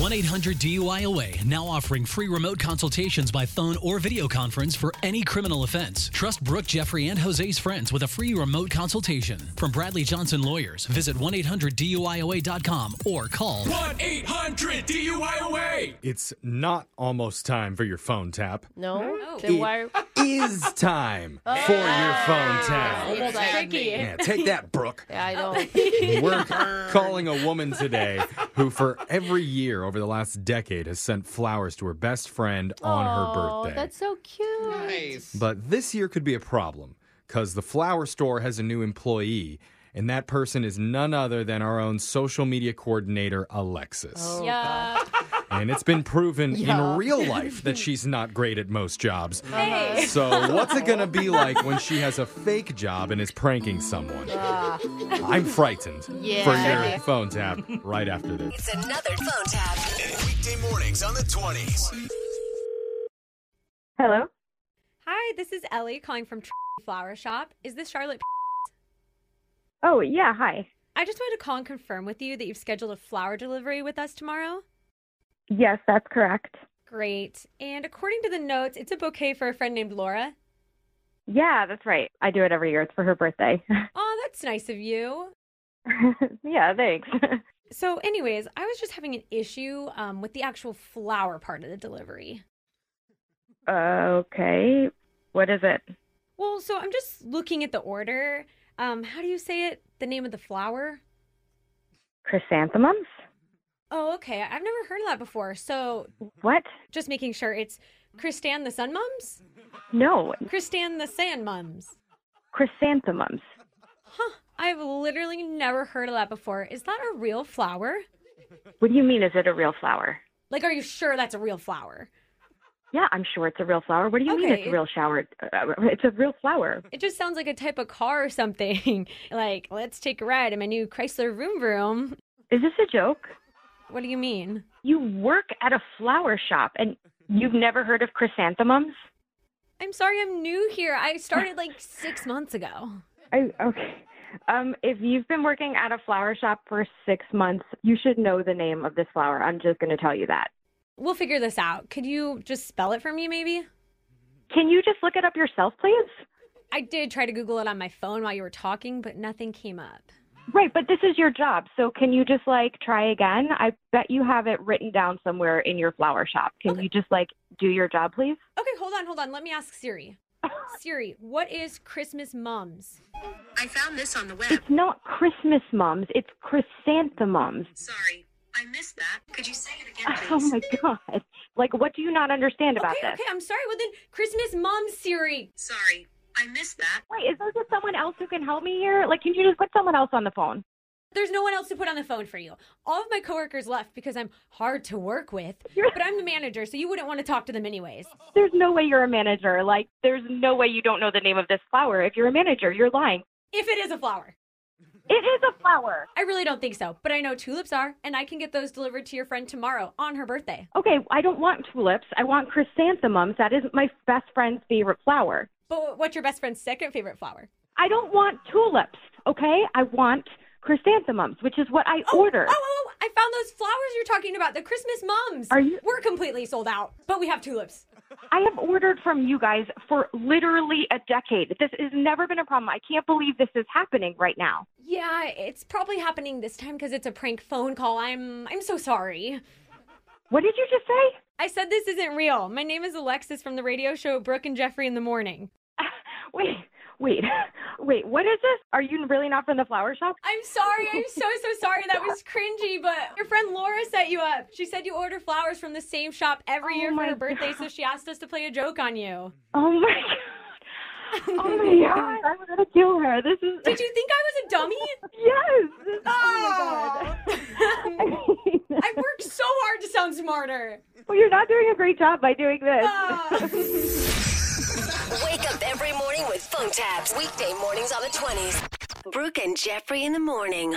1 800 DUIOA now offering free remote consultations by phone or video conference for any criminal offense. Trust Brooke, Jeffrey, and Jose's friends with a free remote consultation. From Bradley Johnson Lawyers, visit 1 800 DUIOA.com or call 1 800 DUIOA. It's not almost time for your phone tap. No. Then why? Oh. It is time for your phone tap. It's like- tricky. Yeah, take that, Brooke. Yeah, I don't. We're calling a woman today who, for every year over the last decade, has sent flowers to her best friend on Oh, her birthday. that's so cute. Nice. But this year could be a problem because the flower store has a new employee, and that person is none other than our own social media coordinator, Alexis. Oh. Yeah. And it's been proven Yeah. in real life that she's not great at most jobs. So, what's it going to be like when she has a fake job and is pranking someone? I'm frightened for your phone tap right after this. It's another phone tap. Weekday mornings on the 20s. Hello. Hi, this is Ellie calling from Flower Shop. Is this Charlotte? Oh yeah, hi. I just wanted to call and confirm with you that you've scheduled a flower delivery with us tomorrow. Yes, that's correct. Great. And according to the notes, it's a bouquet for a friend named Laura. Yeah, that's right. I do it every year. It's for her birthday. Oh, that's nice of you. yeah, thanks. So, anyways, I was just having an issue um, with the actual flower part of the delivery. okay. What is it? Well, so I'm just looking at the order. Um, how do you say it? The name of the flower? Chrysanthemums? Oh, okay. I've never heard of that before. So, What? just making sure it's Christan the Sun Mums? No, Christan the Sand Mums. chrysanthemums. Huh. I've literally never heard of that before. Is that a real flower? What do you mean? Is it a real flower? Like, are you sure that's a real flower? Yeah, I'm sure it's a real flower. What do you mean Okay. it's a real shower? Uh, it's a real flower. It just sounds like a type of car or something. like, let's take a ride in my new Chrysler Vroom Vroom. Is this a joke? What do you mean? You work at a flower shop and you've never heard of chrysanthemums? I'm sorry, I'm new here. I started like six months ago. I, okay. Um, if you've been working at a flower shop for six months, you should know the name of this flower. I'm just going to tell you that. We'll figure this out. Could you just spell it for me, maybe? Can you just look it up yourself, please? I did try to Google it on my phone while you were talking, but nothing came up. Right, but this is your job. So can you just like try again? I bet you have it written down somewhere in your flower shop. Can you just like do your job, please? Okay, hold on, hold on. Let me ask Siri. Siri, what is Christmas mums? I found this on the web. It's not Christmas mums, it's chrysanthemums. Sorry, I missed that. Could you say it again, Oh please? my god. Like what do you not understand about okay, this? okay, I'm sorry. Well, then, Christmas mums, Siri. Sorry, I missed that. Wait, is there just someone else who can help me here? Like can you just put someone else on the phone? There's no one else to put on the phone for you. All of my coworkers left because I'm hard to work with, but I'm the manager, so you wouldn't want to talk to them anyways. There's no way you're a manager. Like there's no way you don't know the name of this flower. If you're a manager, you're lying. If it is a flower. It is a flower. I really don't think so, but I know tulips are, and I can get those delivered to your friend tomorrow on her birthday. Okay, I don't want tulips. I want chrysanthemums. That is my best friend's favorite flower. But what's your best friend's second favorite flower? I don't want tulips, okay? I want chrysanthemums, which is what I order. Oh, oh, oh, I found those flowers you're talking about, the Christmas mums. Are you- We're completely sold out, but we have tulips. I have ordered from you guys for literally a decade. This has never been a problem. I can't believe this is happening right now. Yeah, it's probably happening this time because it's a prank phone call. I'm I'm so sorry. What did you just say? I said this isn't real. My name is Alexis from the radio show Brooke and Jeffrey in the Morning. Wait, wait, wait, what is this? Are you really not from the flower shop? I'm sorry. I'm so, so sorry. That was cringy, but your friend Laura set you up. She said you order flowers from the same shop every Oh year for my her birthday, so she asked us to play a joke on you. Oh my god. Oh my god, I'm gonna kill her. This is Did you think I was a dummy? Yes. This- Oh my Oh. god. I worked so hard to sound smarter. well, you're not doing a great job by doing this. Ah. Wake up every morning with phone taps. Weekday mornings on the 20s. Brooke and Jeffrey in the morning.